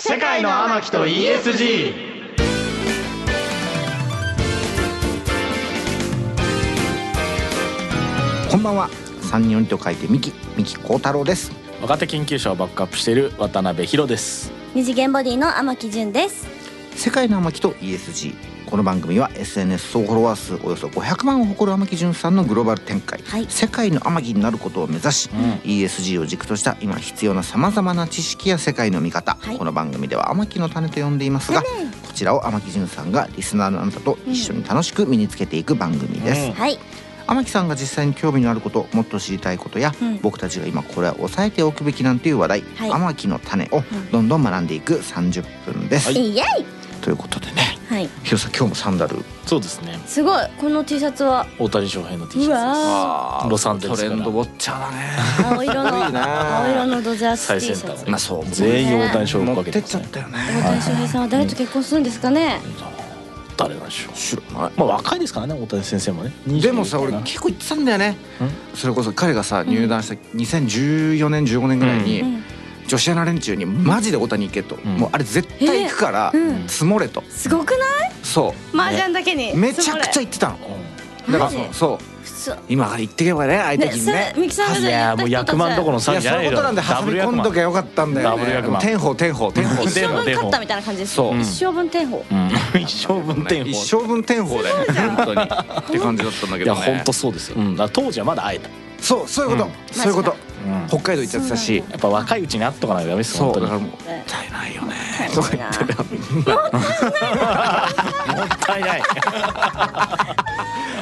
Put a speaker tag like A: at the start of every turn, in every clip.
A: 世界の天木と ESG
B: こんばんは三人四人と書いてミキミキ幸太郎です
C: 若手研究者をバックアップしている渡辺博です
D: 二次元ボディの天木純です。
B: 世界の天木と ESG この番組は SNS 総フォロワー数およそ500万を誇る天木潤さんのグローバル展開、
D: はい
B: 世界の天木になることを目指し、ESG を軸とした今必要なさまざまな知識や世界の見方、
D: はい
B: この番組では天木の種と呼んでいますが、こちらを天木潤さんがリスナーのあなたと一緒に楽しく身につけていく番組です、
C: うん
D: はい。
B: 天木さんが実際に興味のあることもっと知りたいことや、
D: うん
B: 僕たちが今これは抑えておくべきなんていう話題、
D: はい
B: 天木の種をどんどん学んでいく30分です。
D: イエイ。
B: ということでね
D: はい。
B: ヒロさん今日もサンダル
C: そうですね
D: すごい。この T シャツは
C: 大谷翔平の T シ
D: う
C: ャ
D: わ
A: あ
C: ロサンゼルスから
A: トレンドウォッチャーだね
D: 青色の青色のドジャース
C: 最
D: T シ
C: 先
D: ャ
C: 端
D: ツ。
B: まあそう
C: ツです全員大谷翔平を
B: 持
C: か
B: っ
C: け
B: て
C: て
B: っ
C: ま
B: ちゃっ
C: すね
B: たよね。
D: 大谷翔平さんは誰と結婚するんですかね。
C: 誰なんでしょう
B: 知らない
C: まあ若いですからね大谷先生もね
B: でもさ
C: 29
B: 俺結構言ってたんだよねそれこそ彼がさ入団した2014年15年ぐらいに、
D: うんうん
B: 女子アナ連中に「マジで大谷行け」と「
C: ん
B: もうあれ絶対行くから
D: うん
B: 積もれ」と
D: すごくない？
B: そ
D: 麻雀だけに。
B: うめちゃくちゃ
D: ゃ。
B: 言ってたの
C: かなうん
B: だから
D: マジ
B: そう
D: 普通。
B: 今から言ってけばねああいう
D: ね、
B: 時に
D: そ
B: ね
D: れミキさんが
C: いやもう
D: 言った人たち
C: 役満どころの
B: い
C: 騒
B: や
C: ぎじ
B: そ
C: ゃ
B: う
C: ない
B: いうことなんで
C: ダ
B: 挟
C: ブ
B: み
C: ル役
B: 込ん
C: 満
B: どきゃよかったんだよ
C: ダブル
B: ね
C: 役満
B: 天保天保天保
D: 一生分
C: でも
D: 勝ったみたいな感じです。
B: そう
D: 一生分天保。
C: うん一生分天
B: 一
C: 法
B: 生分天保だよね本当にって感じだったんだけ
C: いや
B: どね
C: 本当そうですようんだから当時はまだ会えた
B: そうそういうこと、そういうこと、
C: うん
B: 北海道行っちゃってたし
C: やっぱ若いうちに会っとかないとダメです
B: そ
C: 本
B: う
C: 当
B: だ
C: に
B: から
C: も
B: もったいないよね
D: もったいない
B: とか言って
C: ったいない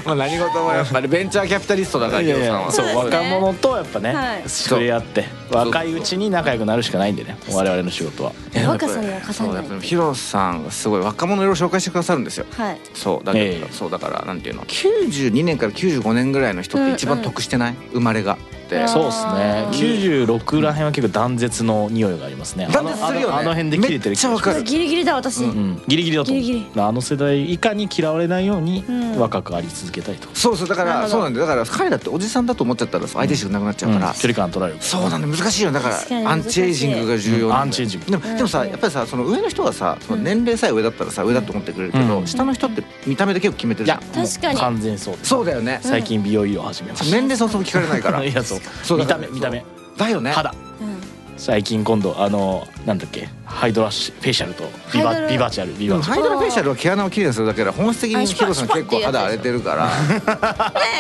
B: まあ何事もやっぱりベンチャーキャピタリストだから
C: い
B: ヒロ
C: やい
B: さん
C: や
B: は
C: そ
D: そ
C: う
D: うですね
C: 若者とやっぱ
D: は
C: ね
D: い
C: 触れ合って若いうちに仲良くなるしかないんでね我々の仕事は
D: 若さには勝
B: そうや
D: たな
B: っ
D: い
B: ぱ。りヒロさんがすごい若者をいろいろ紹介してくださるんですよ
D: はい。
B: そうだけど、
C: ええ
B: そうだからなんていうの92年から95年ぐらいの人って一番得してない、生まれがって
D: あー
C: そうですね。九十六らへんは結構断絶の匂いがありますね。
B: 断絶するよね
C: あのあのあの辺で切れてる気がしま
B: めっ
C: す
B: ちゃわかる
D: ギリギリだ私。
B: う
C: うん、ギリギリだと思う。
D: ギリギ
C: あの世代以下に嫌われないように
D: うん
C: 若くあり続けたいと。
B: そうそうだか
D: なる
B: ら
D: ほど
B: そうなんだよだから彼だっておじさんだと思っちゃったら相手意識なくなっちゃうから、
C: うん距離感取られる。
B: そうなんだ難しいよだから
D: 確かに
B: ア
D: 難
B: ン
D: しい
B: チエイジングが重要なんだよ
C: うんアンチエイジング
B: でもでもさ
D: うん
B: やっぱりさその上の人はさその
D: うん
B: 年齢さえ上だったらさ上だと思ってくれるけど、
C: うん
B: 下の人って見た目で結構決めてる
C: い
B: じゃ
C: や
B: ん、
D: ん確かに
C: もう完全にそうです。
B: そうだよね、
C: 最近美容医療始めまし
B: 年齢そもそも聞かれないか
C: た。
B: ら
C: いやそう。
B: そう
C: 見
B: だか
C: た目
B: ら
C: 見た目
B: だよね
C: 肌。
D: うん。
C: 最近今度あのなんだっけハイドラッシュフェイシャルとビ
D: ハイド
C: バ
D: ラ
C: ビバーチャルビ
B: で
C: バー
B: も
C: チ
B: ハイドラフェイシャルは毛穴をきれいにするだけだから本質的にヒロさん結構肌荒れてるから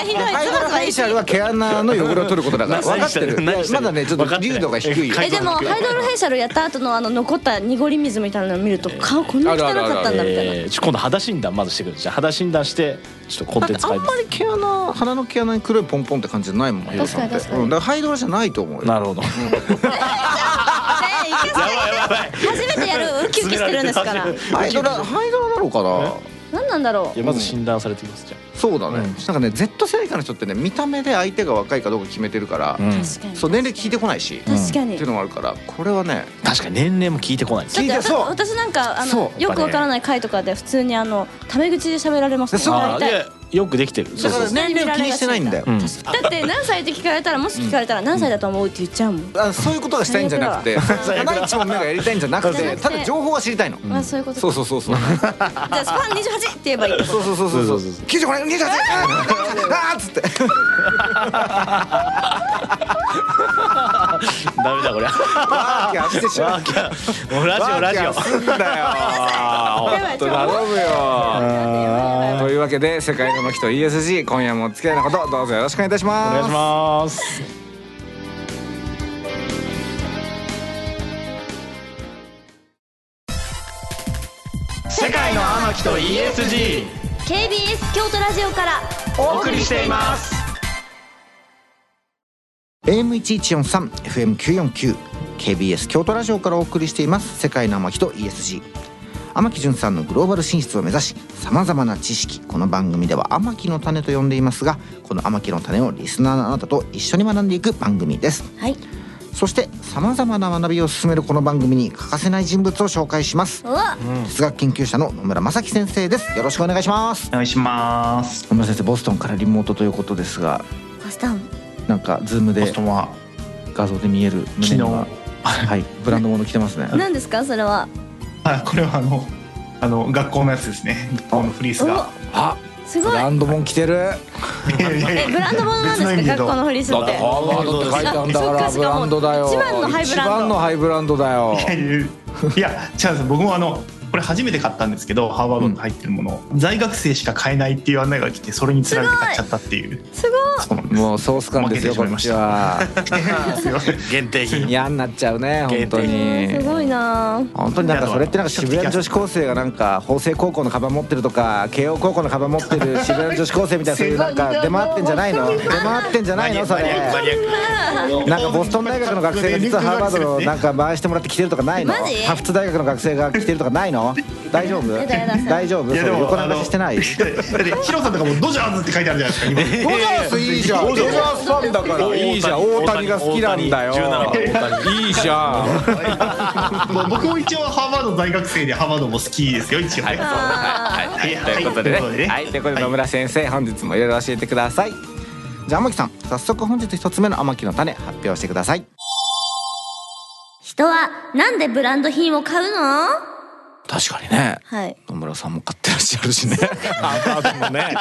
D: えひどい。
B: ハイドラフェイシャルは毛穴の汚れを取ることだから分かってる
C: 何してる
B: まだねちょっ
C: 分か
B: と
C: ってない
B: 流度が低いよ
D: えでもハイドロフェイシャルやった後のあの残った濁り水みたいなの見ると顔こんな汚かった
C: ャ
D: んだみたいな。
C: ル。えーちょ今度肌診断まずしてくる。じゃあ肌診断してちょっとコンテンツ
B: あ
C: 変
B: ん
C: えま。
B: ますり毛穴鼻の毛穴に黒いポンポンって感じじゃないもんヒロさんって
D: 確かに確かに
B: うんだからハイドラじゃないと思うよ
C: なるほど。
D: えーいけそう初めてやるウキウキしてるんですから。
B: ハイドラハイドラなのかな
D: 何なんだろ
C: いやまず診断されてきますじゃ
B: そうだね、
C: うん
B: なんかね Z 世代以下の人ってね見た目で相手が若いかどうか決めてるから、
C: あ、うん
D: う。確かに。
B: そう年齢聞いてこないし、っ
D: 確か
B: て
D: に。
B: いう
D: だ
B: のもあるからこれはね
C: 確かに年齢も聞いてこないです
B: 聞い
D: ってて
B: そう
D: 私なんかあ
B: そ
D: の
B: う
D: よくわからない回とかで普通にあのタメ口で喋られますもん
B: そう
D: 大体
C: よくできてる
B: だから年齢を気にしてないんだよ
C: うん
D: だって何歳って聞かれたらもし聞かれたら何歳だと思うって言っちゃうもん。
B: あそういうことがしたいんじゃなく て
C: 最悪だ
B: 花一問目がやりたいんじゃなく
D: じゃ
B: て
D: なくて
B: ただ情報は知りたいの、
D: あそういうこと
B: そう
D: か。
B: そうそうそう
D: じゃあスパン二十八って言えばいいってこと。
B: そうそうそうそうそう
C: そうそうそう
B: 95年28あーっつって
C: ダメだこれ
B: ワーキャーしてしま
C: ラ
B: う
C: ジオラジオラジ
B: ワーキャーすんだよ
D: やばい
B: 本当頼むよ
C: オ
B: というわけで世界の巻と ESG 今夜もお付き合いのほどどうぞよろしくお願いいたし
C: お
B: ます
C: 願いします
A: 世界の天木と ESG
D: KBS 京都ラジオから
A: お送りしています
B: AM1143 FM949 KBS 京都ラジオからお送りしています世界の天木と ESG 天木淳さんのグローバル進出を目指しさまざまな知識この番組では天木の種と呼んでいますがこの天木の種をリスナーのあなたと一緒に学んでいく番組です
D: はい。
B: そしてさまざまな学びを進めるこの番組に欠かせない人物を紹介します
D: うわ。
B: 哲学研究者の野村正樹先生ですよろしくお願いします
A: お願いします
B: 野村先生ボストンからリモートということですが
D: パスタン。
B: なんかズームで
A: は
B: 画像で見える
A: 昨
B: 胸
A: 日
B: にははいブランドもの着てますね
D: 何ですかそれは
A: あこれはあのあの学校のやつですね学校のフリースが
B: あ
D: す
B: ブ
D: ごい
B: ランドもん着てる
A: いやいやい
D: え
A: や
D: ブランドものなんです
A: 別の
D: か
A: 意味で
D: 学校のフリース
C: だっ
D: ってて
C: ハーバードって書いてあるんだか
D: あ
B: ら
D: そ
B: ブ
D: っか
B: ランドだよ
D: 一番のハイブ
B: 一
D: ランド
B: 番のハイブランドだよ
A: いやいやいや違うんです僕もあのこれ初めて買ったんですけどハーバードに入ってるもの、在学生しか買えないっていう案内が来てそれにつられて買っちゃったっていう
D: すごい
A: そうなんです
B: もうソース感ですよ
A: 負けてし
B: こ
A: まい
B: っ
A: まし
B: ち
A: た
B: は
A: すい ません
C: 限定品
B: 嫌になっちゃうね本当
D: えーす
B: に
D: ごいなー
B: 本当になんかそれってなんか渋谷の女子高生がなんか法政高校のカバン持ってるとか慶応高校のカバン持ってる渋谷 の女子高生みたいなそういうなんか出回ってんじゃないの出回ってんじゃないのそれ
C: マニアック
B: なんかボストン大学の学生が実はハーバードのなんか回してもらって来てるとかないの
D: マジ
B: ハーフツ大学の学生が来てるとかないの大丈夫
D: やだやだそれ
B: 大丈夫
A: いやで
B: それ
A: も
B: 横流ししてない
A: あのだってだってヒロさんとかもドジャーズって書いてあるじゃない ですか
B: ドジャースいいじゃん。ドジャースファンだからいいじゃん。大谷が好きなんだよ。
C: 17番大
B: いいじゃん。
A: 今もう僕も一応ハーバード在学生でハーバードも好きですよ一応ね、
D: あ
C: はいはいということでね
A: ということでね
B: はい、ということで野村先生、本日もいろいろ教えてください。じゃあ天木さん、早速本日一つ目の天木の種発表してください。
D: 人はなんでブランド品を買うのは
B: 確かにね。
D: い
B: 野村さんも買ってらっしゃる しね。ハーバードもね。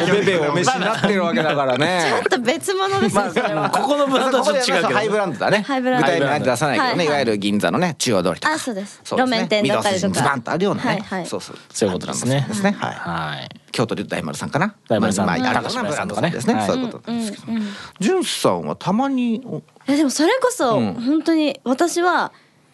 B: おべべお召しになってるわけだから
D: ちょっ
B: ね。
D: と別物ですよそれは
C: ここのブランドは
B: こ
C: ち
B: こで
C: ょっと違うけど
B: ハイブランドだね。
D: ハイブランド
B: 具体名出さないけど
D: は
B: ね、
D: い
B: いわゆる銀座のね、中央通りとか。
D: あそうです
B: そうですね
D: 路面店だったり
B: 御堂筋
D: と
B: にズバ
D: か
B: ンとあるようなね。
D: はいはい
B: そうそう。
C: そういうことなんですね
B: ですね。はい。
C: はい
B: 京都で大丸さんかな
C: 大丸さん
B: まあまああるような
C: 高島
B: ブ
C: 屋
B: ラ
C: さ
B: ン
C: ん
B: ドさ
C: とか
B: ん
C: ね
B: ですね
C: はい
B: そういうことなんですけ
D: うんうんうん
B: どんさんはたまにお
D: えでもそれこそ、
B: うん
D: 本当に私は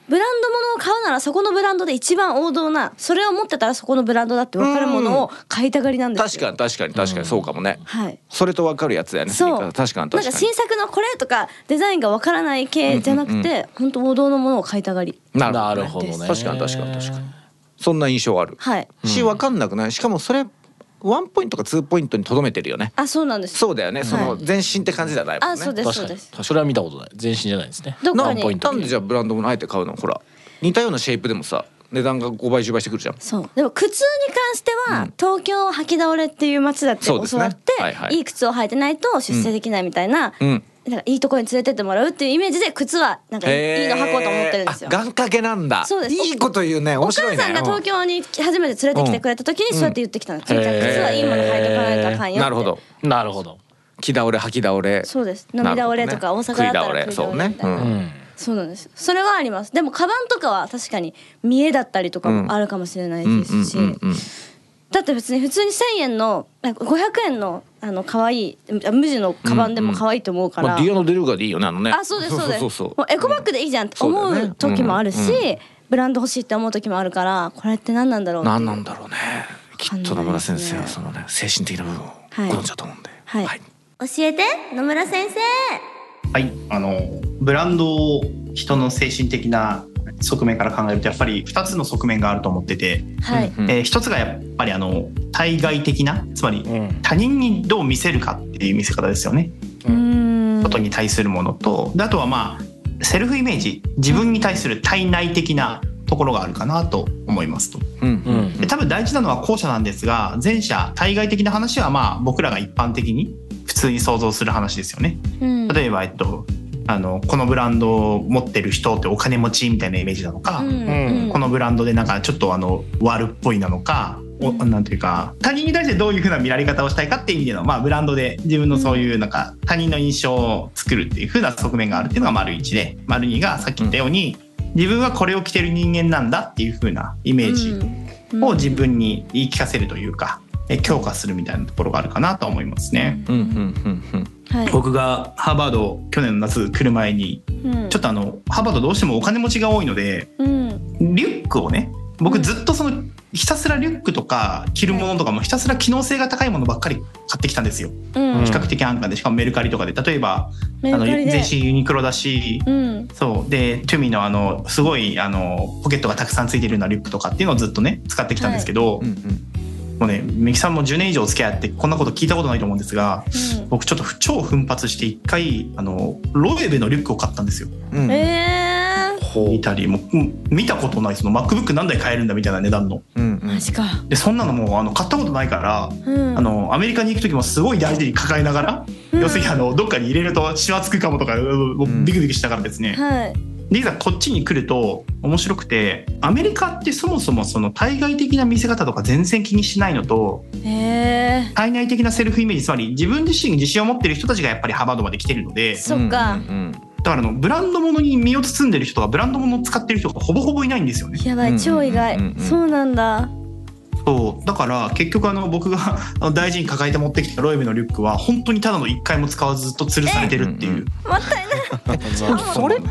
D: ブランドものを買うならそこのブランドで一番王道なそれを持ってたらそこのブランドだって分かるものを買いたがりなんです
B: 確
D: よ
B: かに確かに確かにそうかもね
D: はい
B: それとわかるやつだよね
D: そう
B: 確かに確かに
D: なんか新作のこれとかデザインが分からない系じゃなくて、本当王道のものを買いたがり
C: なるほどね
B: 確かに確かに確かにそんな印象ある
D: はい
B: しわかんなくないしかもそれワンポイントかツーポイントにとどめてるよね
D: あそうなんです
B: そうだよねその
D: はい
B: 全身って感じじゃないもん
D: あそう
B: ね
D: です
C: 確
D: そう
C: か
D: で
C: に
D: す
C: それは見たことない全身じゃないですね
D: どっ
B: な
D: か
B: ん
D: に
C: ポイント
B: なんでじゃあブランドものあえて買うのほら似たようなシェイプでもさ値段が5倍10倍してくるじゃん
D: そうでも靴に関しては、東京は履き倒れっていう街だって
B: そうです
D: 教
B: ね
D: わって、
B: はい
D: い
B: はい
D: い、靴を履いてないと出世できないみたいな、
B: うん
D: なんかいいとこに連れてってもらうっていうイメージで靴はなんかいい
B: へー
D: いいの履こうと思ってるんですよ
B: あ。願掛けなんだ。
D: そうです
B: いいこと言うね。
D: お
B: 面
D: 母
B: 白いね。
D: さんが東京に初めて連れてきてくれた時にそうやって言ってきたの。ち、
C: うん
D: ん、ちゃん靴はいいもの履いてこないとあかんよって。
B: なるほど。。
C: なるほど
B: 気倒れ吐き倒れ。
D: そうです飲み倒れと
B: な
D: か
B: るほど
D: 大阪だった
B: ね
D: ら
B: 食い倒れ。
D: 食い
B: そ
D: 倒
B: う
D: れ
B: ね
D: み。たいな
B: う
C: うんん
D: そうなんです。それはあります。でもカバンとかは確かに見えだったりとかもあるかもしれないですし。
B: うんうんうんうん
D: だって別に普通に1,000円のあ500円のあの可愛いあ無地のカバンでも可愛いと思うから、
B: まあディアのデルガでいいよねあのね。
D: あそうですそうです
B: そうそう
D: もうエコバッグでいいじゃんって思
B: そうだよね
D: う時もあるし、
B: うん
D: ブランド欲しいって思う時もあるからこれって何なんだろうっていう
B: 何なんだろうね。きっと野村先生はそのね精神的な部分を
D: はい
B: 好んじゃうと思うんで。
D: はい、教えて野村先生
A: はい、あのブランドを人の精神的な側面から考えるとやっぱり2つの側面があると思ってて、
D: はい、
B: うん
A: え1つがやっぱりあの対外的なつまり
C: うん
A: 他人にどう見せるかっていう見せ方ですよね
D: うーん
A: ことに対するものとであとはまあセルフイメージ自分に対する体内的なところがあるかなと思いますと。
B: うん
C: う
B: うん
C: ん
A: で多分大事なのは後者なんですが前者対外的な話はまあ僕らが一般的に普通に想像する話ですよね。
D: うん
A: 例えば、えっと、あのこのブランドを持ってる人ってお金持ちみたいなイメージなのか、
D: うん
A: このブランドでなんかちょっとあの悪っぽいなのか。おなんていうか他人に対してどういうふうな見られ方をしたいかっていう意味での、まあ、ブランドで自分のそういうなんか他人の印象を作るっていうふうな側面があるっていうのが丸1で丸2がさっき言ったように、自分はこれを着てる人間なんだっていうふうなイメージ
D: うん
A: を自分に言い聞かせるというか、え強化するみたいなところがあるかなと思いますね。
B: うんうんうん
D: はい、
A: 僕がハーバードを去年の夏来る前にちょっとあのハーバードどうしてもお金持ちが多いので
D: と、うん、
A: リュックをね
D: う
A: 僕
D: ん
A: ずっとそのひたすらリュックとか着るものとかもひたすら機能性が高いものばっかり買ってきたんですよ
D: うん、
A: 比較的安価でしかもメルカリとかで例えばあ
D: メル
A: の
D: カリ
A: 全
D: で、
A: 身ユニクロだし
D: うん、
A: そうでトゥミのあのすごいあのポケットがたくさんついてるようなリュックとかっていうのをずっとね使ってきたんですけど、
B: うんうん。
A: もうねメキさんも10年以上お付き合いあってこんなこと聞いたことないと思うんですが僕ちょっと超奮発して一回あのロエベのリュックを買ったんですよ。
B: うんうん
D: うん、えー、
C: ほ
A: 見たりもうん見たことないその MacBook 何台買えるんだみたいな値段の
B: うんうん
D: マジか、
A: でそんなのもうあの買ったことないから、
D: うん、
A: あのアメリカに行く時もすごい大事に抱えながら、
D: うん
A: 要するにあのどっかに入れるとシワつくかもとかうん
B: ん
A: ビクビクしたからですね、
D: はい、
A: でいざこっちに来ると面白くてアメリカってそもそもその対外的な見せ方とか全然気にしないのと
D: へえ
A: 体内的なセルフイメージつまり自分自身に自信を持ってる人たちがやっぱりハーバードまで来てるので
D: そっか、
B: うん
A: だからあのブランド物に身を包んでる人とかブランド物を使ってる人がほぼほぼいないんですよね。
D: やば
B: うん
D: い超意外、
B: うんうんうん
D: そうなんだ
A: そうだから結局あの僕が あの大事に抱えて持ってきたロエベのリュックは本当にただの1回も使わずずっと吊るされてるってい
B: え
A: う。
B: うんうん
D: もったいない
B: それっても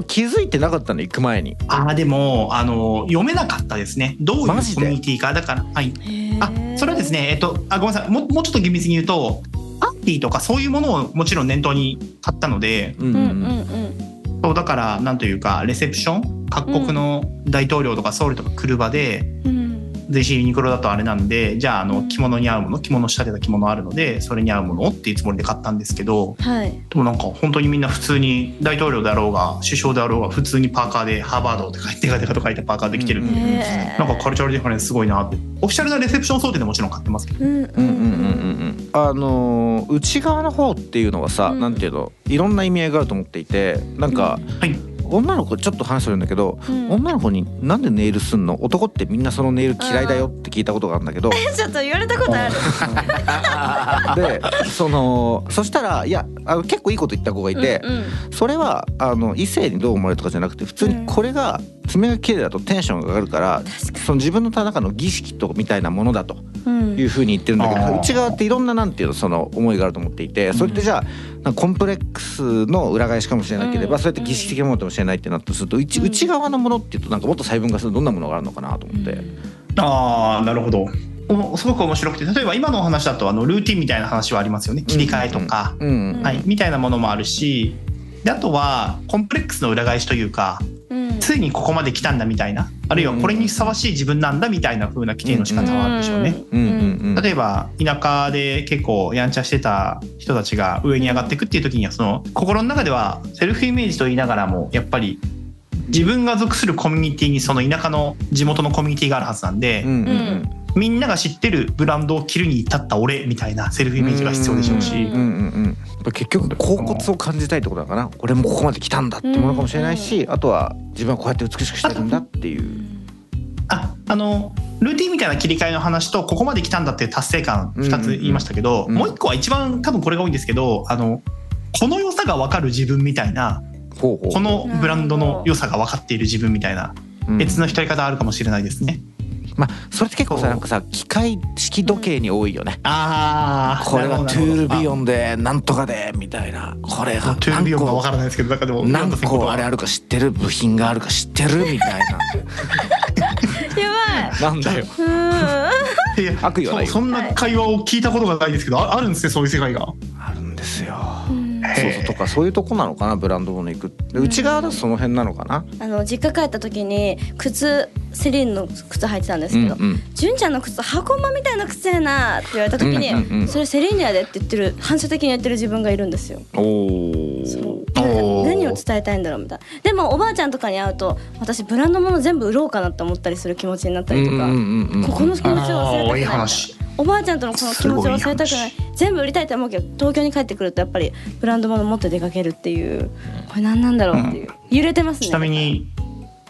B: う気づいてなかったの行く前に
A: ああでもあの読めなかったですね。どういうコミ
B: マジで
A: ュニティかだからはい。
D: へ
A: あ
D: ー
A: それはですねえっとあごめんなさいももうちょっと厳密に言うとパーティーとかそういうものをもちろん念頭に買ったので
B: うん
D: う
B: うん
D: うん
B: ん
D: うん
A: そうだからなんというかレセプション各国の大統領とか総理とか来る場で、
D: うん
A: 全身ユニクロだとあれなんでじゃああ
D: う
A: の
D: ん
A: 着物に合うもの着物仕立てた着物あるのでそれに合うものをっていうつもりで買ったんですけど
D: はい
A: でもなんか本当にみんな普通に大統領だろうが首相だろうが普通にパーカーでハーバードって書いてデカデカと書いたパーカーで着てるん
B: う
A: で、
B: ん
D: へー
A: なんかカルチャルディファレンスすごいなってオフィシャルなレセプション想定でもちろん買ってますけど
D: うんう
B: う
D: ん
B: んうんうんうんあのー内側の方っていうのはさ、
D: うん
B: なんていうのいろんな意味合いがあると思っていてなんか、
A: はい
B: 女の子ちょっと話するんだけど、
D: うん
B: 女の子に「なんでネイルすんの男ってみんなそのネイル嫌いだよ」って聞いたことがあるんだ けど
D: ちょっと言われたことある
B: でそのそしたらいやあの結構いいこと言った子がいて、
D: うんうん
B: それはあの異性にどう思われるとかじゃなくて普通
D: うん
B: にこれが爪が綺麗だとテンションが上がるから
D: 確か
B: その自分の中の儀式とみたいなものだと
D: うん
B: いうふうに言ってるんだけ
A: あ
B: ど
A: ー
B: 内側っていろんななんていうのその思いがあると思っていてそれってじゃあなんかコンプレックスの裏返しかもしれなけれ
D: うん
B: ばそうやって儀式的なものかもしれないってなったとすると内
D: うん
B: 内側のものっていうとなんかもっと細分化するとどんなものがあるのかなと思って。
A: ああなるほどおすごく面白くて例えば今のお話だとあのルーティンみたいな話はありますよね切り替えとか、
B: うん
A: はい、みたいなものもあるしであとはコンプレックスの裏返しというか
D: うん
A: ついにここまで来たんだみたいなあるいはこれにふさわしい自分なんだみたいな風な規定の仕方はあるでしょうね。
B: うんうんうん
A: 例えば田舎で結構やんちゃしてた人たちが上に上がっていくっていう時にはその心の中ではセルフイメージと言いながらもやっぱり自分が属するコミュニティにその田舎の地元のコミュニティがあるはずなんで、
B: うんうん
A: みんなが知ってるブランドを着るに至った俺みたいなセルフイメージが必要でしょうし、
B: うんうんうんやっぱ結局恍惚を感じたいってことだから俺もここまで来たんだってものかもしれないし、あとは自分はこうやって美しくしてるんだっていう。
A: ああのルーティンみたいな切り替えの話とここまで来たんだっていう達成感
B: うんうんう
A: 2
B: ん
A: つ言いましたけど、
B: うん
A: もう1個は一番多分これが多いんですけどあのこの良さが分かる自分みたいな
B: ほうほう
A: このブランドの良さが分かっている自分みたいな
B: うん
A: 別の光り方あるかもしれないですね。
B: まあそれって結構さなんかさ機械式時計に多いよね。
A: あ
B: これはトゥールビ
A: ン
B: ヨンでなんとかでみたいなこれが
A: トゥールビヨンが分
B: 何
A: からないですけどだからでも
B: 個何
A: ビヨンの先
B: 個あれあるか知ってる部品があるか知ってるみたい
D: やば
B: な
D: い
B: なんだよ
D: うん
A: いや
B: 悪意はないよ
A: そうそんな会話を聞いたことがないですけどああるんですねそういう世界が。
B: あるんですよ
D: う ん
B: そうそうとかそういうとこなのかなブランドもの行くで内側だとその辺なのかな
D: あの実家帰った時に靴セリーヌの靴履いてたんですけど
B: うんうん
D: 「純、ちゃんの靴箱馬みたいな靴やな」って言われた時に、
B: うんうんうん
D: それセリーヌやで」って言ってる反射的に言ってる自分がいるんですよ。
B: お
D: そう
B: お
A: おー
D: 何を伝えたいんだろうみたいなでもおばあちゃんとかに会うと私ブランドもの全部売ろうかなって思ったりする気持ちになったりとか、ここの気持ちを忘れたく
A: あー
D: ない
A: い
D: みたいな
A: 話
D: おばあちゃんとのこの気持ちを忘れたく
A: すご
D: ないい全部売りたいと思うけど東京に帰ってくるとやっぱりブランドもの持って出かけるっていうこれ何なんだろうっていう、揺れてますね
A: ちなみに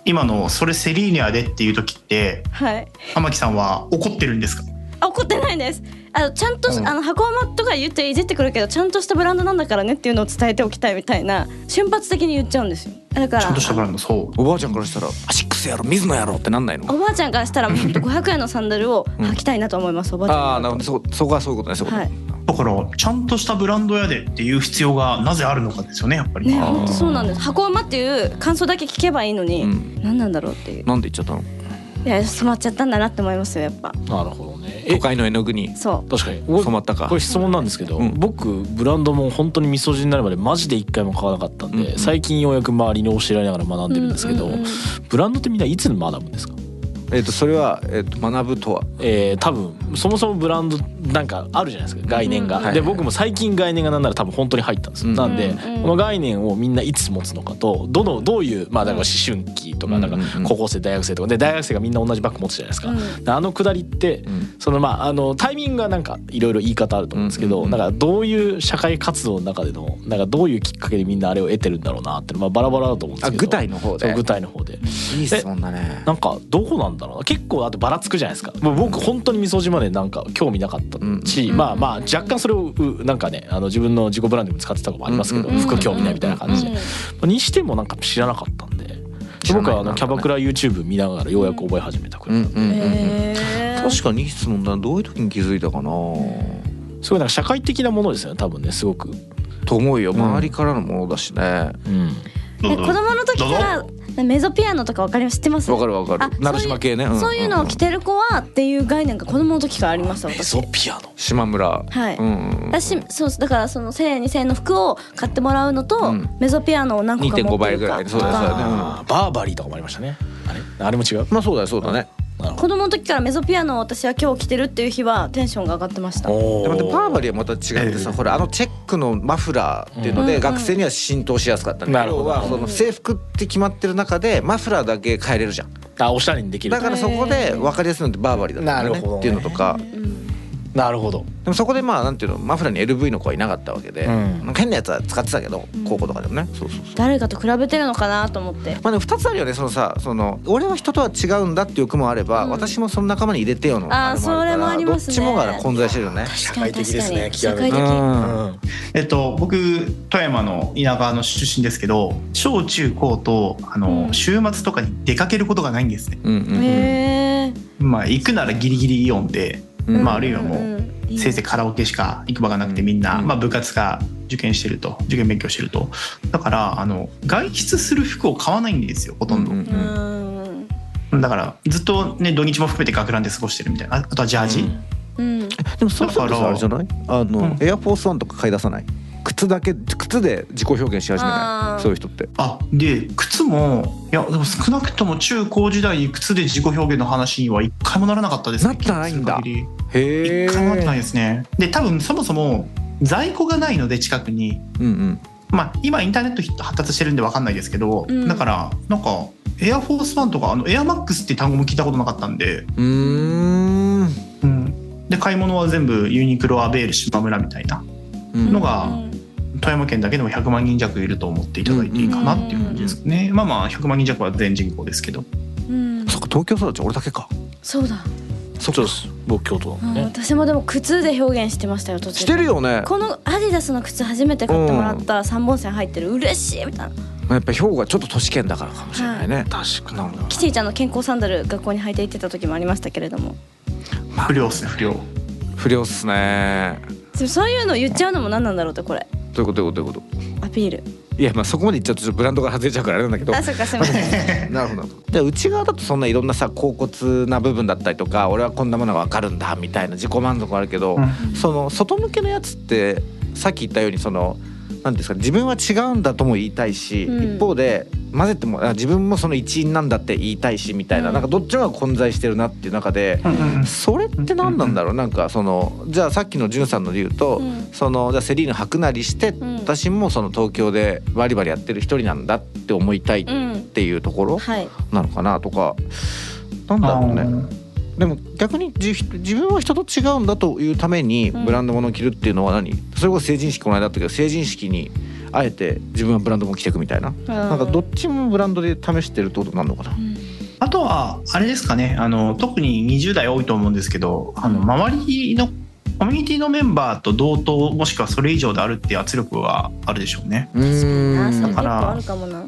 A: 今の「それセリーニアで」っていう時って
D: はい
A: 天木さんは怒ってるんですか
D: あ怒ってないですあのちゃんと、あの箱馬とか言っていじってくるけどちゃんとしたブランドなんだからねっていうのを伝えておきたいみたいな瞬発的に言っちゃうんですよだか
A: ちゃん
D: ら
A: としたブランドそう
B: おばあちゃんからしたら「アシックスやろ水野やろ」ってなんないの
D: おばあちゃんからしたらもうほんと500円のサンダルを履きたいなと思います、おばあちゃん
B: ああ
D: に
B: な
D: な
B: る
D: る
B: ほど
D: と
B: そそこはそういうことねそういうこと
D: はい
B: ね
A: だからちゃんとしたブランドやでっていう必要がなぜあるのかですよねやっぱり
D: ね
A: ね。
D: 本当そうなんです箱馬っていう感想だけ聞けばいいのに、
B: うん
D: 何なんだろうっていう
B: なんで言っちゃったの
D: いや染まっちゃったんだなって思いますよやっぱ
C: なるほどねえ
B: 都会の絵の具に
D: そ
C: 確かにお
B: 染まったか
C: これ質問なんですけど、
B: うん
C: 僕ブランドもん本当にみそじになるまでマジで一回も買わなかったんで、
B: うんうん
C: 最近ようやく周りに教えられながら学
D: うん
C: でるんですけど、
D: うう
C: ブランドってみんないつ学ぶんですか
B: えっとそれはえっと学ぶとは
C: えー、多分そもそもブランドなんかあるじゃないですか概念が、
D: うんうん
C: で僕も最近概念がなんなら多分本当に入ったんですよ、
B: うん
C: なんで、
D: うんうん
C: この概念をみんないつ持つのかとどのどういうまあだから思春期と
B: う
C: か
B: ん
C: なんか高校生大学生とかで大学生がみんな同じバッグ持つじゃないですか、
D: うん
C: であのくだりって
B: うん
C: そのまああのタイミングがなんかいろいろ言い方あると思うんですけど、
B: うんうんうん
C: なんかどういう社会活動の中でのなんかどういうきっかけでみんなあれを得てるんだろうなってまあバラバラだと思うんで
B: あ
C: すけど
B: 具体の方
C: そ
B: で
C: う具体の方で
B: いい質問だね
C: なんかどこなんだろうな結構あとばらつくじゃないですかもう僕本当に味噌汁までなんか興味なかったし、
D: うん
C: まあまあ若干それをうなんかねあの自分の自己ブランドにも使ってたとこもありますけど、
B: うん
C: 服興味ないみたいな感じで、
D: うん
C: にしてもなんか知らなかったんで
B: 知らない
C: 僕はあ
B: なんだ
C: の
B: ね
C: キャバクラ YouTube 見ながらようやく覚え始めたく
B: うん
C: らい、
B: うんうんうん
D: へー
B: 確かにいい質問だなどういう時に気づいたかな
C: すごいなんか社会的なものですよね多分ねすごく、
B: と思うよ
C: うん
B: 周りからのものだしねわ
C: うん、
D: え子供の時からメゾピアノとかわかります知ってます
B: かるわか
D: あそう
B: る
D: いう
B: 鳴島系ねん
D: そういうのを着てる子はっていう概念が子供の時からありました
C: メ
D: 私
C: ゾピアノ
B: 島村
D: はい
B: うんうん
D: 私そうだからその1000円2000円の服を買ってもらうのと、
B: うん
D: メゾピアノを何個か持
B: 2.5
D: って
B: 倍
D: る
B: ぐ
D: から
B: いそうだよそうだよね
C: あーバーバリーとかもありましたねあれあれも違う
B: まあそうだよそうだね
C: なるほ
D: 子供の時からメゾピアノを私は今日着てるっていう日はテンションが上がってました
C: どお
B: でまたパーバ
C: リ
B: リーはまた違ってさ
A: ええ
B: ほらあのチェックのマフラーっていうの
D: う
B: で
D: ん
B: 学生には浸透しやすかったね
C: なる
B: 要
C: ほど
B: はその制服って決まってる中でマフラーだけ変えれるじゃん
C: ーあおしゃれにできる
B: だからそこで分かりやすいのってバーバリーだったんだ
C: なる
B: よ
C: ほ
B: ね
C: どね
B: っていうのとか
D: うん
C: なるほど
B: でもそこでまあなんていうのマフラーに LV の子はいなかったわけで、
C: うん
B: なんか変なやつは使ってたけど高校とかでもね、そうそうそう
D: 誰かと比べてるのかなと思って
B: まあでも2つあるよねそのさその俺は人とは違うんだっていう欲もあれば、
D: うん
B: 私もその仲間に入れてよの
D: あ
B: もるか
D: ー
B: ら
D: それもありますね
B: どっちもが混在してるよね。
D: 社
C: 会的ですね
D: 社
C: う
D: 会
C: ん
D: 的
C: うん
A: えっと、僕富山の田舎の出身ですけど小中高とあの、
D: うん
A: 週末とかに出かけることがないんですね、
B: うんうんうん
D: へえ
A: まあ、行くならギリギリイオンで、
B: うん
A: まあ、あるいはもう、
D: う
A: せいぜいカラオケしか行く場がなくてみんな、
B: うん
A: まあ、部活が受験してると受験勉強してるとだからあの外出する服を買わないんですよほとんど、
B: うん
D: うん
A: だからずっと、ね、土日も含めて学ランで過ごしてるみたいなああとはジャージ、
C: うん
D: うん
B: でもそうすると
A: だか
B: さ
A: ら
B: あれじゃないあの、
A: うん
B: エアフォースワンとか買い出さない靴だけ靴で自己表現し始めな
D: あー
B: いそういう人って
A: あで靴もいやでも少なくとも中高時代に靴で自己表現の話には一回もならなかったですね
B: なってないんだ
A: 記憶する限り
B: へえ
A: 一回もなってないですねで多分そもそも在庫がないので近くに
B: うんうん
A: まあ今インターネット発達してるんで分かんないですけど、
D: うん
A: だからなんかエアフォースワンとかあのエアマックスって単語も聞いたことなかったんで、
B: うーん
A: うん、で買い物は全部ユニクロアベール島村みたいな
B: うん
A: のが富山県だけでも100万人弱いると思っていただいていいかなっていう感じですかね、まあまあ100万人弱は全人口ですけど
D: うん
B: そっか東京育ち俺だけか
D: そうだ
C: そうです僕京都だ
D: う
C: もん
D: ん
C: ね、
D: 私もでも靴で表現してましたよ途中で
B: してるよね
D: このアディダスの靴初めて買ってもらった三本線入ってる嬉しいみたいな
B: やっぱ兵庫がちょっと都市圏だからかもしれないね、
C: 確かに
D: キティちゃんの健康サンダル学校に履いて行ってた時もありましたけれども
A: 不良ですね不良
B: 不良っすね
D: でもそういうの言っちゃうのも何なんだろうってこれ
B: どういうことどういうことどういうこ
D: アピール
B: といやまあそこまでいっちゃうとちょっとブランドが外れちゃうからあれなんだけど
D: あそっかすみません
B: なるほどじゃあ内側だとそんないろんなさ恍惚な部分だったりとか俺はこんなものがわかるんだみたいな自己満足はあるけど、
A: うん
B: その外向けのやつってさっき言ったようにその何ですか自分は違うんだとも言いたいし、
D: うん
B: 一方で混ぜてもあ自分もその一員なんだって言いたいしみたいな,、
D: うん
B: なんかどっちもが混在してるなっていう中で、
A: うんうんうん
B: それって何なんだろう、なんかそのじゃあさっきのんさんの理由と、
D: うん
B: そのじゃあセリーヌ履くなりして、
D: ん
B: 私もその東京でバリバリやってる一人なんだって思いたいっ
D: うん
B: ていうところ
D: はい
B: なのかなとか。なんだろう
A: あ
B: ね
A: ー
B: でも逆に自自分は人と違うんだというために
D: うん
B: ブランド物を着るっていうのは何、それこそ成人式この間あったけど成人式にあえて自分はブランド物着てくみたいな、
D: な
B: なんかどっちもブランドで試してるってことになるのかな、
A: あとはあれですかねあの特に20代多いと思うんですけどあの周りのコミュニティのメンバーと同等もしくはそれ以上であるっていう圧力はあるでしょうね。
B: うー
D: あそれ
B: ん
D: 結構あるかもな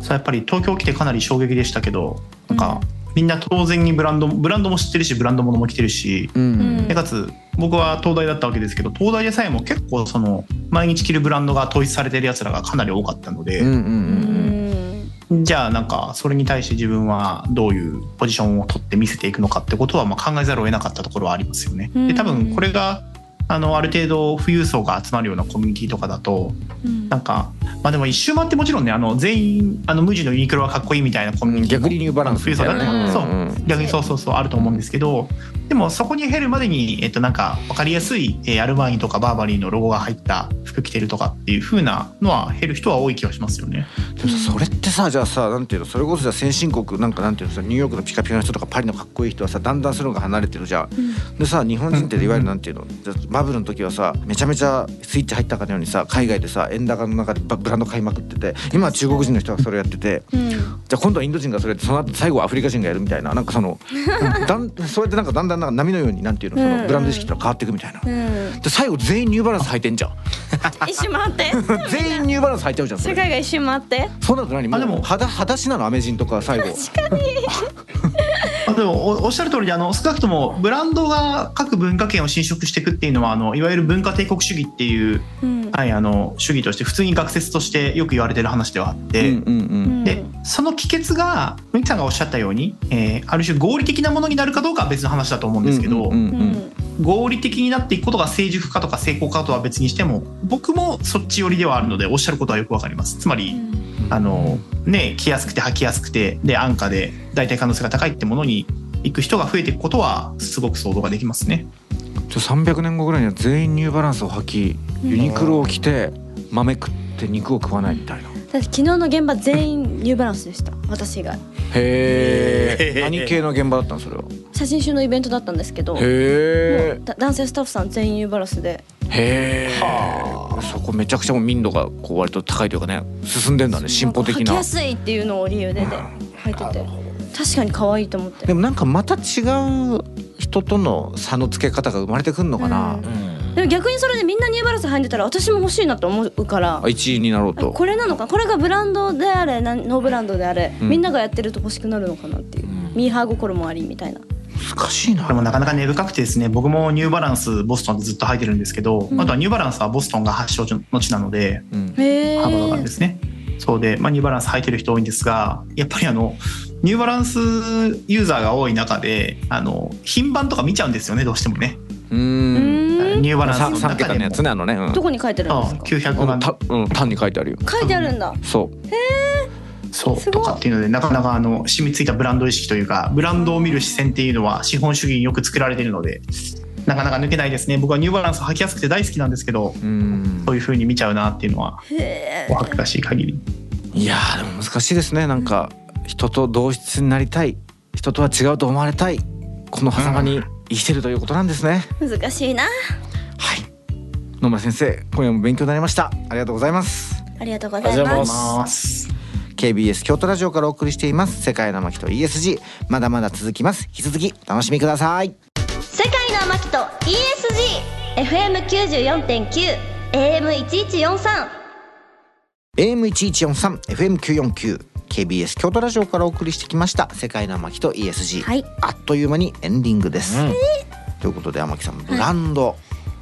A: そうやっぱり東京来てかなり衝撃でしたけどなんかみんな当然にブランドブランドも知ってるしブランドものも着てるし
B: う
D: うん
B: ん
A: でかつ僕は東大だったわけですけど東大でさえも結構その毎日着るブランドが統一されてるやつらがかなり多かった
B: う
A: の
B: んうんう
A: で、
B: ん
A: じゃあなんかそれに対して自分はどういうポジションを取って見せていくのかってことはまあ考えざるを得なかったところはありますよね。
D: うん
A: で多分これがあのある程度富裕層が集まるようなコミュニティとかだと
D: うん
A: なんかまあでも一周回ってもちろんねあの全員あの無地のユニクロはかっこいいみたいなコミュ
B: うん
A: ニティも
B: 逆にニューバランスみたいなね
A: そう
B: うん
A: 逆にそうそうそうあると思うんですけど、でもそこに減るまでに、えっと、なんか分かりやすい、えーアルバーニとかバーバリーのロゴが入った服着てるとかっていう風なのは減る人は多い気がしますよね。
B: でもさそれってさじゃあさなんていうのそれこそじゃあ先進国なんかなんていうのさニューヨークのピカピカの人とかパリのかっこいい人はさだんだんそういうのが離れてるじゃん。でさ日本人っていわゆるなんていうのじゃあバブルの時はさめちゃめちゃスイッチ入ったかのようにさ海外でさ円高の中でバブランド買いまくってて今は中国人の人がそれやってて。
D: うん
B: じゃあ今度はインド人がそれやってその後最後はアフリカ人がやるみたいななんかそ のだんそうやってなんかだんだんなんか波のようになんていうのそ
D: うん
B: のブランド意識とか変わっていくみたいな。
D: うん
B: で最後全員ニューバランス履いてんじゃん
D: 一周回って
B: 全員ニューバランス履いちゃうじゃんそ
D: 世
B: れ
D: 界が一周回って
B: そうなると何も
A: あで
B: う
A: も
B: 裸裸足なのアメ人とか最後
A: まあ、でもおおっしゃる通りであの少なくともブランドが各文化圏を侵食していくっていうのはあのいわゆる文化帝国主義っていう、
D: うん
A: はい、あの主義として普通に学説としてよく言われてる話ではあって。
B: うんうんうん
D: うん
A: でその帰結がミキさんがおっしゃったように、えーある種合理的なものになるかどうかは別の話だと思うんですけど、
B: うん
D: う
B: うんん
D: う
B: うん
D: ん
A: 合理的になっていくことが成熟かとか成功かとは別にしても僕もそっち寄りではあるのでおっしゃることはよくわかりますつまり、あのね着やすくて履きやすくてで安価で代替可能性が高いってものに行く人が増えていくことはすごく想像ができますね
B: じゃあ300年後ぐらいには全員ニューバランスを履き
D: うん
B: ユニクロを着て豆食って肉を食わないみたいな。
D: だって昨日の現場全員ニューバランスでした私以外
B: へえ。
A: へ ー
B: 何系の現場だったのそれは。
D: 写真集のイベントだったんですけども
B: へ
D: うだ男性スタッフさん全員ニューバランスで
B: え。へ
C: は
B: え。そこめちゃくちゃもう民度がこう割と高いというかね進んでんだね進歩的
D: 履き
B: な
D: や。すいっていうのを理由でで履いてて確かに可愛いと思って
B: でもなんかまた違う人との差のつけ方が生まれてくんのかな。
D: うん
C: うん
D: でも逆にそれでみんなニューバランス履いてたら私も欲しいなと思うから
B: あ一位になろうと。
D: これなのかこれがブランドであれなんノーブランドであれ、
B: うん
D: みんながやってると欲しくなるのかなっていう、
C: うん
D: ミーハー心もありみたいな
B: 難しいな
A: これ。もなかなか根深くてですね僕もニューバランスボストンでずっと履いてるんですけど、
D: うん
A: あとはニューバランスはボストンが発祥の地なので、
B: うん
D: へえ
A: 幅があるんですね。そうで、まあ、ニューバランス履いてる人多いんですがやっぱりあのニューバランスユーザーが多い中であの品番とか見ちゃうんですよねどうしてもね、
B: う。
D: うんーん
A: ニューバランス
B: さ
A: の
B: 三
A: 中
B: 桁
A: で
B: の
A: も
B: やつねあのね。うん
D: どこに書いてるんです
A: あ
D: か
A: 900
B: うん
A: 番
B: たうん単に書いてあるよ。
D: 書いてあるんだ
B: そう。
A: そう
D: すごい
A: とかっていうのでなかなかあの染みついたブランド意識というかブランドを見る視線っていうのは資本主義によく作られているのでなかなか抜けないですね僕はニューバランス履きやすくて大好きなんですけど
B: うん
A: そういう風に見ちゃうなっていうのは
D: へえ
A: お恥ずかしい限り。
B: いやーでも難しいですねなんか人と同質になりたい人とは違うと思われたいこの狭間に生きてるということなんですね、
D: 難しいな
B: はい野村先生今夜も勉強になりましたありがとうございます
D: ありがとうござい
C: ありがとう
D: ま
C: ご
D: す
C: ざい
A: ます
B: KBS 京都ラジオからお送りしています世界の巻と ESG まだまだ続きます引き続きお楽しみください
E: 世界の天木と ESG FM94.9AM1143
B: AM1143 FM949 KBS 京都ラジオからお送りしてきました世界の巻と ESG、
D: はい
B: あっという間にエンディングです、
C: うん
B: ということで天木さんブランド、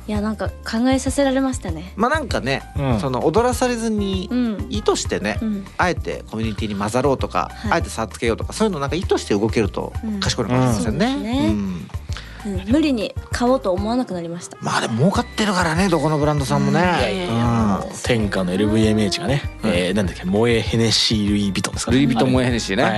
D: いやなんか考えさせられましたね
B: まあなんかね、
C: うん
B: その踊らされずに
D: うん
B: 意図してね、
D: うん
B: あえてコミュニティに混ざろうとか、
D: はい
B: あえて差つけようとかそういうのなんか意図して動けると
D: うん
B: 賢いのかもしれません
D: そうです
B: ね。
D: ね
B: うん
D: うん無理に買おうと思わなくなりました
B: まあでも儲かってるからねどこのブランドさんもね。
D: いや
B: うん
C: 天下の LVMH がね、えーなんだっけモエヘネシールイ・ヴィトンですかね
B: ルイ・ヴィトンもえへんしね。
C: は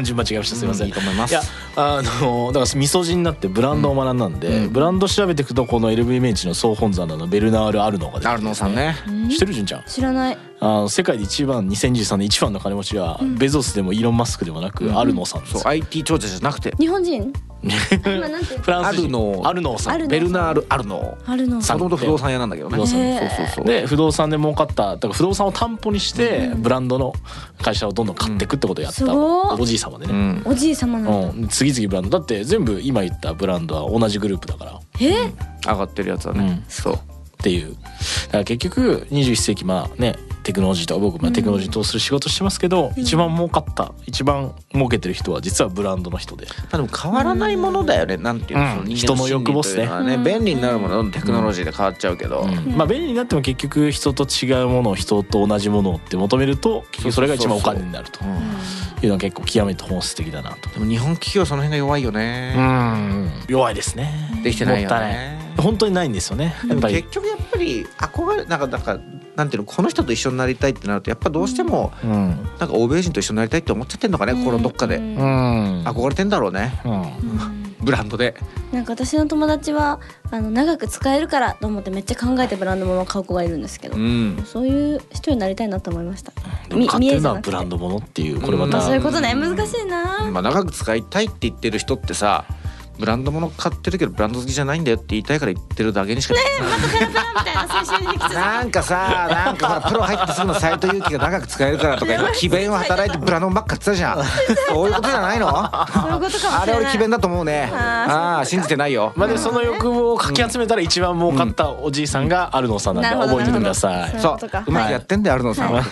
C: い順番違いましたすいません、
B: いいと思います。
C: やあのだからみそじになってブランドを学んだんで、
B: うん
C: ブランド調べていくとこの LVMH の総本山のベルナール・アルノーが出て
B: アルノーさんね。
C: 知ってるじゅんちゃん
D: 知らない
C: あの世界で一番2013年一番の金持ちは、ベゾスでもイーロン・マスクでもなく、アルノーさんです
B: そ
C: よ
B: う IT 長者じゃなくて
D: 日本人今なん て
C: フランス人
B: アルノー
C: アルノーさ
D: アル
C: ん
D: ノ
B: ベルナール・アルノー。
D: あるの
B: もともと不動産屋なんだけどね。
C: 不動産
D: 屋
B: そうそうそう。
C: で不動産で儲かっただから不動産を担保にしてブランドの会社をどんどん買っていくってことをやって
D: うん
C: た
D: すごい
C: おじい様で
B: う
C: ね、
B: ん。
D: おじい様な
C: う
D: の、
C: ん次々ブランドだって全部今言ったブランドは同じグループだから
D: えー
B: 上がってるやつはね。
C: うん
B: そう。
C: っていうだから結局21世紀まあねテクノロジーとか僕まあテクノロジー通する仕事してますけど、一番儲かった一番儲けてる人は実はブランドの人で
B: まあでも変わらないものだよね、なんていうの,、
C: うん
B: その
C: 人の欲望っす
B: 人間の心理とい
C: ね
B: うのはね便利になるものはどんどんテクノロジーで変わっちゃうけど、
C: まあ便利になっても結局人と違うものを人と同じものをって求めると結局それが一番お金になるというのは結構極めて本質的だなと。
B: でも日本企業はその辺が弱いよね、
C: うん弱いですね。
B: できてないよ
C: もったいない
B: ね
C: 本当にないんですよね。や
B: で
C: っ
B: も
C: ぱり
B: 結局やっぱり憧れなんかなんかなんていうのこの人と一緒になりたいってなるとやっぱどうしても
C: うん
B: なんか欧米人と一緒になりたいって思っちゃってんのかね、心のどっかで
D: うん
C: うん
B: 憧れてんだろうね
C: うん
D: うん
B: ブランドで
D: なんか私の友達はあの長く使えるからと思ってめっちゃ考えてブランド物を買う子がいるんですけど、
B: うん
D: そういう人になりたいなと思いました
C: でも買ってるのは
D: 見えじ
C: ブ
D: ゃ
C: ラ
D: なくて
C: ンドものっていうこれま
D: まあ
C: た
D: そういうことね難しいな、
B: まあ、長く使いたいって言ってる人ってさブランドもの買ってるけどブランド好きじゃないんだよって言いたいから言ってるだけにしか、
D: みたいな最初に来て
B: なんかさなんかほらプロ入ってすぐの斎藤佑樹が長く使えるからとか今詭弁を働いてブランドもばっか買ってたじゃんそういうことじゃないのあ
D: そういうことかもし
B: れ
D: れ
B: 俺
D: ない
B: 詭弁だと思うねああー信じてないよ
C: まあでもその欲望をかき集めたら一番儲かったおじいさんがアルノさんなんで
D: なるほど
C: 覚えててください。
D: そうい
B: そうう
D: ことか
B: うまくやってんだよアルノさんは。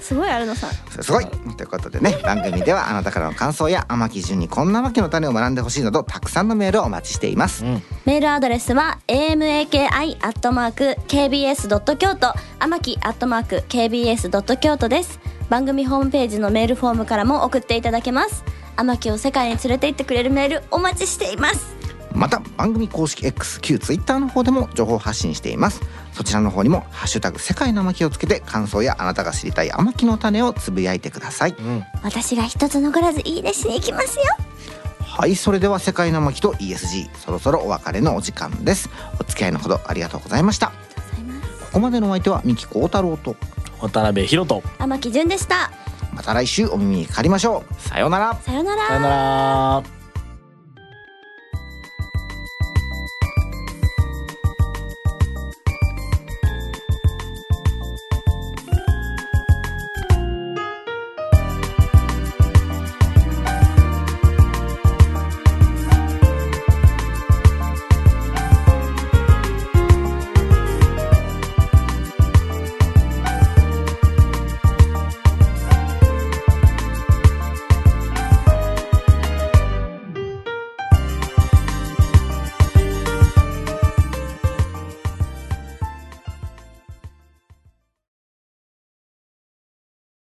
D: すごいあるのさん
B: すごいということでね番組ではあなたからの感想や天城順にこんなわけの種を学んでほしいなどたくさんのメールをお待ちしています、
D: メールアドレスは amaki.kbs.kyoto 天木 .kbs.kyoto です番組ホームページのメールフォームからも送っていただけます天木を世界に連れて行ってくれるメールお待ちしています
B: また番組公式 X 旧 Twitter の方でも情報発信していますそちらの方にも「ハッシュタグ世界の天城」をつけて感想やあなたが知りたい天城の種をつぶやいてください、
D: 私が一つ残らずいいねしに行きますよ
B: はいそれでは「世界の天城」と ESG そろそろお別れのお時間ですお付き合いのほどありがとうございましたここまでのお相手は三木幸太郎と
C: 渡辺博人。
D: 天木純でした
B: また来週お耳にかかりましょうさようなら
D: さよなら
C: さよなら。